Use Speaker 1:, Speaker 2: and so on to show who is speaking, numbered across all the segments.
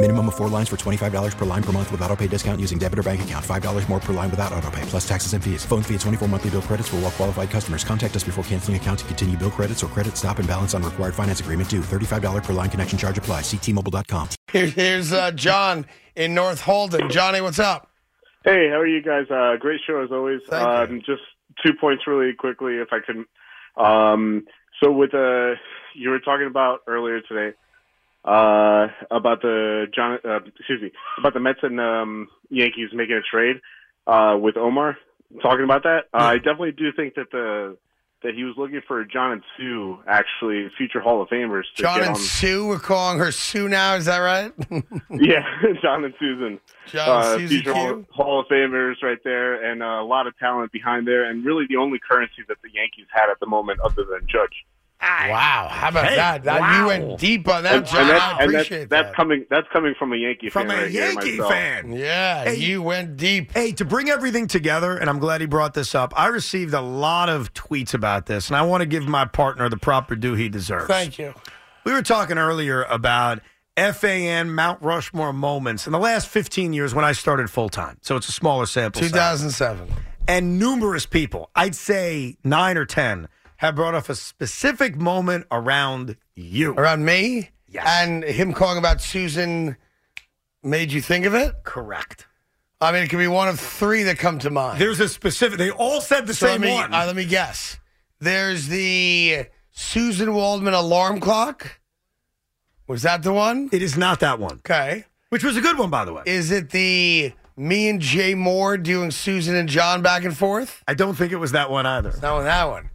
Speaker 1: Minimum of four lines for $25 per line per month with auto pay discount using debit or bank account. $5 more per line without auto pay, plus taxes and fees. Phone fee at 24 monthly bill credits for all well qualified customers. Contact us before canceling account to continue bill credits or credit stop and balance on required finance agreement due. $35 per line connection charge apply. Ctmobile.com.
Speaker 2: Here, here's uh, John in North Holden. Johnny, what's up?
Speaker 3: Hey, how are you guys? Uh, great show as always.
Speaker 2: Thank
Speaker 3: um,
Speaker 2: you.
Speaker 3: Just two points really quickly, if I can. Um, so with uh, you were talking about earlier today uh, about the John, uh, excuse me, about the Mets and um, Yankees making a trade uh, with Omar. Talking about that, uh, I definitely do think that the that he was looking for John and Sue, actually future Hall of Famers. To
Speaker 2: John
Speaker 3: get
Speaker 2: and
Speaker 3: on-
Speaker 2: Sue, we're calling her Sue now. Is that right?
Speaker 3: yeah, John and Susan.
Speaker 2: John
Speaker 3: uh,
Speaker 2: and Susan
Speaker 3: future Hall,
Speaker 2: Q.
Speaker 3: Hall of Famers right there, and uh, a lot of talent behind there, and really the only currency that the Yankees had at the moment, other than Judge.
Speaker 2: Wow, how about that? that You went deep on that,
Speaker 3: And,
Speaker 2: John.
Speaker 3: and that-
Speaker 2: I
Speaker 3: and that's-
Speaker 2: appreciate
Speaker 3: that's
Speaker 2: that.
Speaker 3: coming. That's coming from a Yankee
Speaker 4: From
Speaker 3: fan
Speaker 4: a
Speaker 3: right
Speaker 4: Yankee
Speaker 3: here myself.
Speaker 4: fan.
Speaker 2: yeah,
Speaker 4: Hey,
Speaker 2: you went deep.
Speaker 4: Hey, to bring everything together, and I'm glad he brought this up, I received a lot of tweets about this, and I want to give my partner the proper due he deserves.
Speaker 2: Thank you.
Speaker 4: We were talking earlier about FAN Mount Rushmore moments in the last 15 years when I started full time. So it's a smaller sample. size
Speaker 2: 2007.
Speaker 4: and numerous people, I'd say nine or 10, have brought up a specific moment around you.
Speaker 2: Around me?
Speaker 4: Yes.
Speaker 2: And him calling about Susan made you think of it?
Speaker 4: Correct.
Speaker 2: I mean, it could be one of three that come to mind.
Speaker 4: There's a specific, they all said the
Speaker 2: So
Speaker 4: same
Speaker 2: let me,
Speaker 4: one.
Speaker 2: uh, let me guess. There's the Susan Waldman alarm clock. Was that the one?
Speaker 4: it is not that one,
Speaker 2: Okay.
Speaker 4: which was a good one, by the way.
Speaker 2: Is it the me and Jay Moore doing Susan and John back and forth?
Speaker 4: I don't think it was that one either.
Speaker 2: No, that one.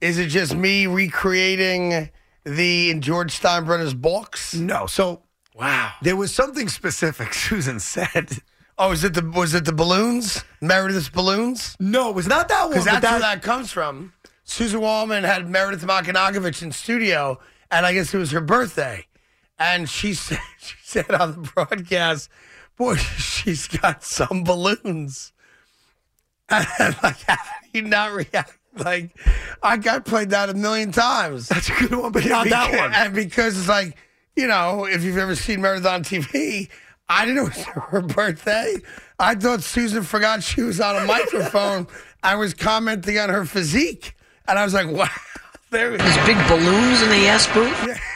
Speaker 2: Is it just me recreating the in George Steinbrenner's box?
Speaker 4: No. So
Speaker 2: Wow.
Speaker 4: there was something specific Susan said.
Speaker 2: Oh, is it the was it the balloons? Meredith's balloons?
Speaker 4: No, it was not that one.
Speaker 2: Because
Speaker 4: but
Speaker 2: that's where that comes from. Susan Wallman had Meredith Makhanagovich in studio, and I guess it was her birthday. And she said, she said on the broadcast, boy, she's got some balloons. And I'm like, how do you not react? Like, I got played that a million times.
Speaker 4: that's a good one, but not that
Speaker 2: Beca-
Speaker 4: one.
Speaker 2: And because it's like, you know, if you've ever seen Meredith on TV, I didn't know it was her birthday. I thought Susan forgot she was on a microphone. I was commenting on her physique. And I was like, wow, there we go.
Speaker 5: Big balloons in the ass boot?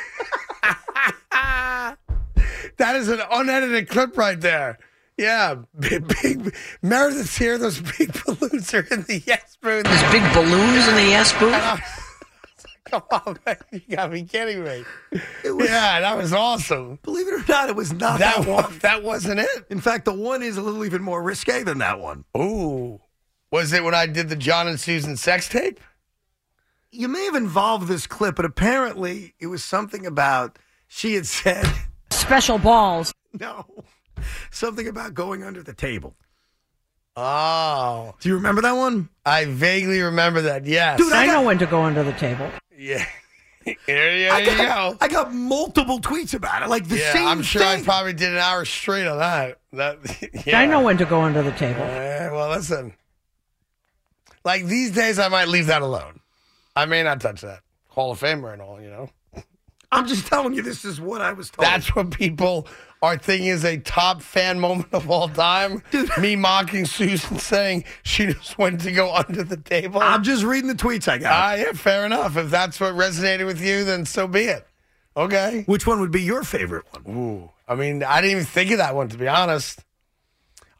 Speaker 2: That is an unedited clip right there. Yeah. Big, big, Meredith's here. Those big balloons are in the yes booth.
Speaker 5: Big balloons in the ass boot?
Speaker 2: Come on, man. You got me kidding me. yeah, that was awesome.
Speaker 4: Believe it or not, it was not that,
Speaker 2: That,
Speaker 4: one.
Speaker 2: one, that wasn't it.
Speaker 4: In fact, the one is a little even more risque than that one.
Speaker 2: Ooh. Was it when I did the John and Susan sex tape?
Speaker 4: You may have involved this clip, but apparently it was something about she had said
Speaker 5: Special balls.
Speaker 4: no, something about going under the table.
Speaker 2: Oh,
Speaker 4: Do you remember that one?
Speaker 2: I vaguely remember that. Yes.
Speaker 5: I know when to go under the table.
Speaker 2: yeah. There, you- there
Speaker 4: I
Speaker 2: you
Speaker 4: got,
Speaker 2: go.
Speaker 4: I got multiple tweets about it, like the
Speaker 2: yeah,
Speaker 4: same
Speaker 2: I'm sure I
Speaker 4: thing.
Speaker 2: probably did an hour straight on that. That. Yeah.
Speaker 5: I know when to go under the table.
Speaker 2: Eh, well, listen. Like these days, I might leave that alone. I may not touch that Hall of Famer and all. You know,
Speaker 4: I'm just telling you, this is what I was told.
Speaker 2: that's what people are thinking is a top fan moment of all time. Me mocking Susan, saying she just went to go under the table.
Speaker 4: I'm just reading the tweets I got.
Speaker 2: Ah, yeah, fair enough. If that's what resonated with you, then so be it. Okay.
Speaker 4: Which one would be your favorite one?
Speaker 2: Ooh. I mean, I didn't even think of that one, to be honest.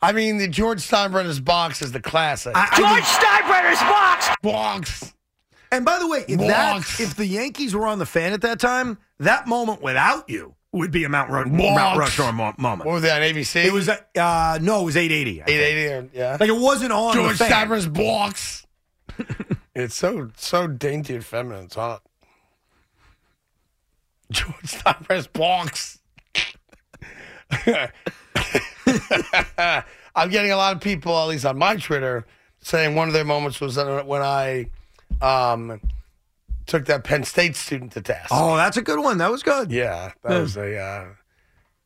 Speaker 2: I mean, the George Steinbrenner's box is the classic.
Speaker 4: I- I think-
Speaker 6: Steinbrenner's box.
Speaker 2: box.
Speaker 4: And by the way, if that
Speaker 2: Walks.
Speaker 4: if the Yankees were on the fan at that time, that moment without you would be a Mount, Ru- Mount
Speaker 2: Walks.
Speaker 4: Rushmore mo- moment.
Speaker 2: What was that on ABC?
Speaker 4: It was uh, uh, no, it was eight eighty.
Speaker 2: 880. Yeah.
Speaker 4: Like it wasn't on
Speaker 2: George
Speaker 4: the fan.
Speaker 2: Steinbrenner's box. it's so so dainty and feminine. It's hot. George Steinbrenner's box. I'm getting a lot of people, at least on my Twitter, saying one of their moments was when I um, took that Penn State student to task.
Speaker 4: Oh, that's a good one. That was good.
Speaker 2: Yeah, that was a uh,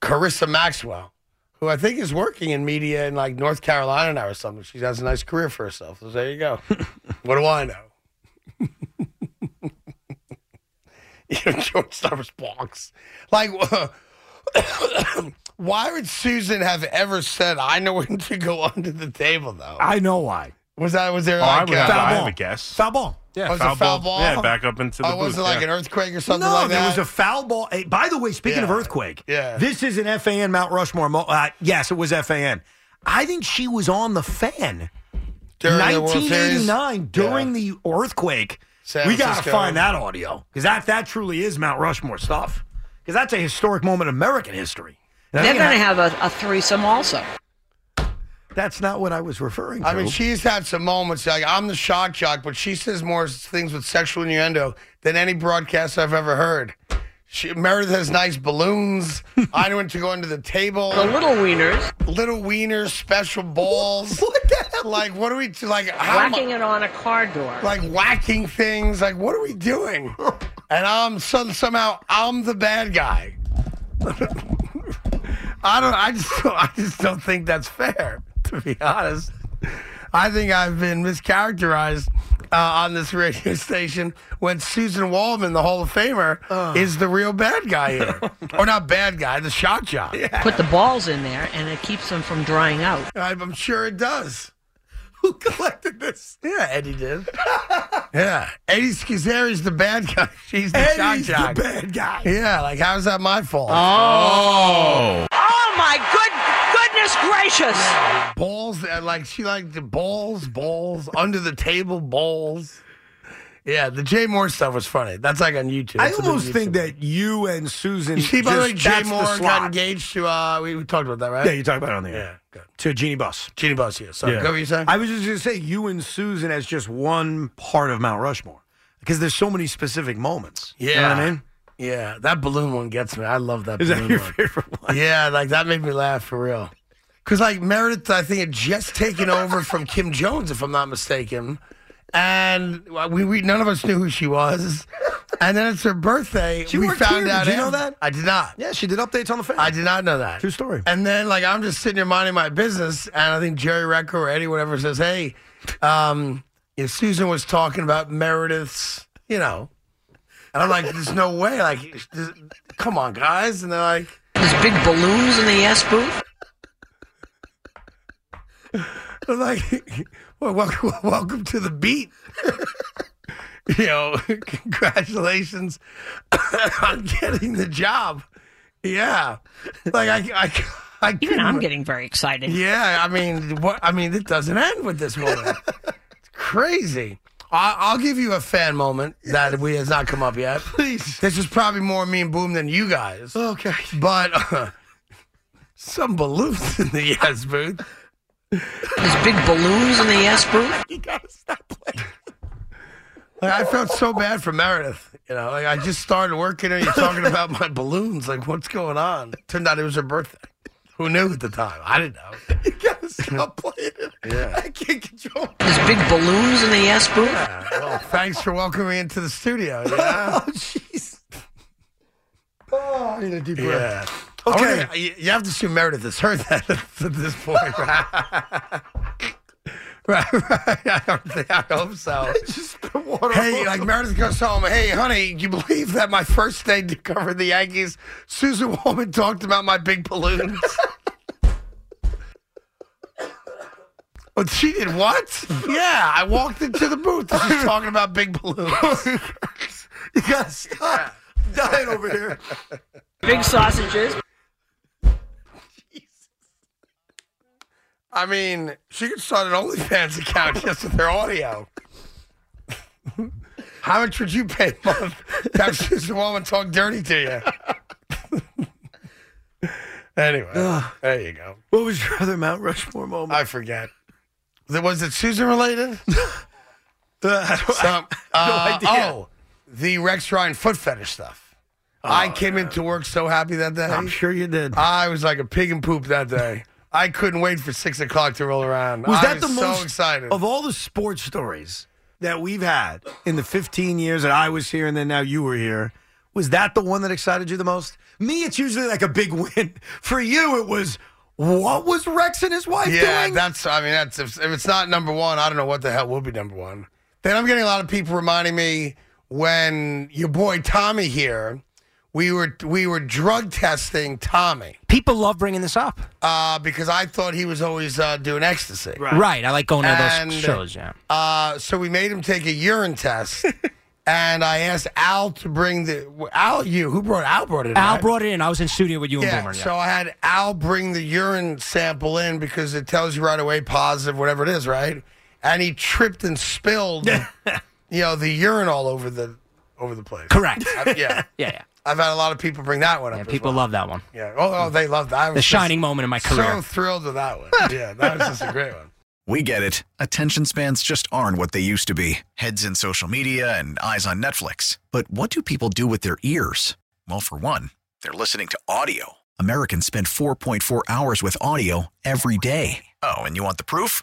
Speaker 2: Carissa Maxwell, who I think is working in media in like North Carolina now or something. She has a nice career for herself. So there you go. what do I know? you know, George Starbucks box. Like, why would Susan have ever said, "I know when to go under the table"? Though
Speaker 4: I know why.
Speaker 2: was that was there
Speaker 7: Oh, I
Speaker 2: like
Speaker 7: would
Speaker 2: uh,
Speaker 7: have, I have
Speaker 4: ball.
Speaker 7: a guess.
Speaker 4: Foul ball. Yeah.
Speaker 2: was it foul ball?
Speaker 7: Yeah, back up into the
Speaker 2: Oh, was
Speaker 7: booth,
Speaker 2: it like
Speaker 7: yeah.
Speaker 2: an earthquake or something
Speaker 4: no,
Speaker 2: like
Speaker 4: there
Speaker 2: that?
Speaker 4: was a foul ball. Hey, by the way, speaking of
Speaker 2: Yeah.
Speaker 4: earthquake,
Speaker 2: Yeah.
Speaker 4: this is an FAN Mount Rushmore. Mo- uh, yes, it was FAN. I think she was on the fan
Speaker 2: During the World Series?
Speaker 4: 1989 during
Speaker 2: Yeah.
Speaker 4: the earthquake.
Speaker 2: San
Speaker 4: we got to
Speaker 2: Francisco.
Speaker 4: find that audio because that that truly is Mount Rushmore stuff. Because that's a historic moment in American history. And I
Speaker 5: They're
Speaker 4: think
Speaker 5: going to
Speaker 4: that-
Speaker 5: have a, a threesome also.
Speaker 4: that's not what I was referring to.
Speaker 2: I mean, she's had some moments. Like I'm the shock jock, but she says more things with sexual innuendo than any broadcast I've ever heard. She, Meredith has nice balloons. I went to go under the table.
Speaker 5: The little wieners
Speaker 2: Little wieners, special balls.
Speaker 4: what the hell?
Speaker 2: Like what are we do? Like how am I-
Speaker 5: whacking it on a car door.
Speaker 2: like whacking things. Like what are we doing? And I'm some, somehow I'm the bad guy. I don't. I just. don't- I just don't think that's fair. To be honest, I think I've been mischaracterized uh, on this radio station when Susan Waldman, the Hall of Famer, is the real bad guy here,
Speaker 4: Oh
Speaker 2: or not bad guy, the shock jock.
Speaker 5: Put the balls in there, and it keeps them from drying out.
Speaker 2: I'm sure it does.
Speaker 4: who collected this?
Speaker 2: Yeah, Eddie did. yeah, Eddie Schizzeri's the bad guy. She's the shock
Speaker 4: Eddie's
Speaker 2: jock.
Speaker 4: the bad guy.
Speaker 2: Yeah, like how's that my fault?
Speaker 5: Oh my good goodness gracious!
Speaker 2: balls, uh, like she liked the balls, balls under the table, balls. Yeah, the Jay Moore stuff was funny. That's like on YouTube.
Speaker 4: I
Speaker 2: It's a big
Speaker 4: almost
Speaker 2: YouTube.
Speaker 4: think that you and Susan.
Speaker 2: You see, by the
Speaker 4: just,
Speaker 2: way, Jay
Speaker 4: that's the
Speaker 2: Moore got
Speaker 4: slot.
Speaker 2: engaged to. uh we, we talked about that, right?
Speaker 4: Yeah, you talk about it on the air.
Speaker 2: yeah, good.
Speaker 4: To Jeannie Bus.
Speaker 2: Genie Bus here. Sorry, go what were you saying?
Speaker 4: I was just going to say you and Susan as just one part of Mount Rushmore because there's so many specific moments. You know what I
Speaker 2: Yeah.
Speaker 4: mean?
Speaker 2: yeah, that balloon one gets me. I love that.
Speaker 4: Is
Speaker 2: balloon
Speaker 4: that your
Speaker 2: one.
Speaker 4: favorite one?
Speaker 2: Yeah, like that made me laugh for real. Because like Meredith, I think had just taken over from Kim Jones, if I'm not mistaken, and we, we none of us knew who she was. And then it's her birthday.
Speaker 4: She
Speaker 2: we
Speaker 4: worked
Speaker 2: found
Speaker 4: here. Did
Speaker 2: out.
Speaker 4: you know
Speaker 2: af-
Speaker 4: that?
Speaker 2: I did not.
Speaker 4: Yeah, she did updates on the fan.
Speaker 2: I did not know that.
Speaker 4: True story.
Speaker 2: And then like I'm just sitting here minding my business, and I think Jerry Recker or Eddie whatever says, "Hey, um, if Susan was talking about Meredith's, you know," and I'm like, "There's no way." Like, this- come on, guys, and they're like.
Speaker 5: Those big balloons in the S booth.
Speaker 2: I'm like, well, welcome, welcome to the beat. you know, congratulations on getting the job. Yeah, like I, I, I
Speaker 5: Even
Speaker 2: couldn't-
Speaker 5: I'm getting very excited.
Speaker 2: Yeah, I mean, what? I mean, it doesn't end with this woman. it's crazy. I, I'll give you a fan moment that we has not come up yet.
Speaker 4: Please.
Speaker 2: This is probably more me and Boom than you guys.
Speaker 4: Okay.
Speaker 2: But uh, some balloons in the yes booth.
Speaker 5: Those big balloons in the S booth.
Speaker 4: You got to stop playing.
Speaker 2: Like, I felt so bad for Meredith. You know, like I just started working and you're talking about my balloons. Like, what's going on? Turned out it was her birthday. Who knew at the time? I didn't know.
Speaker 4: You got to stop playing it.
Speaker 2: Yeah.
Speaker 4: I can't control it.
Speaker 5: Those big balloons in the S booth.
Speaker 2: Yeah, well, thanks for welcoming me into the studio. Yeah.
Speaker 4: Oh, jeez. Oh, I need a deep breath.
Speaker 2: yeah.
Speaker 4: Okay.
Speaker 2: I wonder- you you have to assume Meredith has heard that at this point, right? right, right. I, don't think, I hope so.
Speaker 4: Just the water.
Speaker 2: Hey, like Meredith goes home. Hey, honey, do you believe that my first day to cover the Yankees, Susan Woman talked about my big balloons? Oh, she did what? Yeah, I walked into the booth. and She's talking about big balloons.
Speaker 4: you got to stop. I'm Dying over here.
Speaker 5: Big sausages.
Speaker 2: I mean, she could start an OnlyFans account just with her audio. How much would you pay a month to have Susan Wallman talk dirty to you? anyway, there you go.
Speaker 4: What was your other Mount Rushmore moment?
Speaker 2: I forget. Th- Was it Susan related?
Speaker 4: Uh,
Speaker 2: Some- uh,
Speaker 4: idea.
Speaker 2: Oh, the Rex Ryan foot fetish stuff. I came into work so happy that day.
Speaker 4: Oh, I'm sure you did.
Speaker 2: I was like a pig in poop that day. I couldn't wait for six o'clock to roll around.
Speaker 4: was
Speaker 2: I
Speaker 4: that the
Speaker 2: so
Speaker 4: most
Speaker 2: excited?
Speaker 4: of all the sports stories that we've had in the 15 years that I was here and then now you were here? Was that the one that excited you the most? Me, it's usually like a big win. For you, it was what was Rex and his wife
Speaker 2: yeah,
Speaker 4: doing?
Speaker 2: that's. I mean, that's if, if it's not number one, I don't know what the hell will be number one. Then I'm getting a lot of people reminding me when your boy Tommy here, we were we were drug testing Tommy
Speaker 6: People love bringing this up.
Speaker 2: uh, because I thought he was always uh, doing ecstasy.
Speaker 6: Right. I like going to
Speaker 2: And-
Speaker 6: those shows, yeah.
Speaker 2: Uh, so we made him take a urine test, and I asked Al to bring the Al. You who brought Al brought it. in,
Speaker 6: Al
Speaker 2: right?
Speaker 6: brought it in. I was in studio with you and
Speaker 2: Yeah,
Speaker 6: Boomer. Yeah.
Speaker 2: so I had Al bring the urine sample in because it tells you right away positive, whatever it is, right? And he tripped and spilled, you know, the urine all over the over the place.
Speaker 6: Correct.
Speaker 2: I- yeah,
Speaker 6: yeah, yeah.
Speaker 2: I've had a lot of people bring that one up.
Speaker 6: Yeah,
Speaker 2: as
Speaker 6: people
Speaker 2: well.
Speaker 6: love that one.
Speaker 2: Yeah. Oh, oh, they love that. I was
Speaker 6: The
Speaker 2: just
Speaker 6: shining moment in my
Speaker 2: So
Speaker 6: career.
Speaker 2: thrilled with that one. Yeah, that was just a great one.
Speaker 7: We get it. Attention spans just aren't what they used to be heads in social media and eyes on Netflix. But what do people do with their ears? Well, for one, they're listening to audio. Americans spend 4.4 hours with audio every day. Oh, and you want the proof?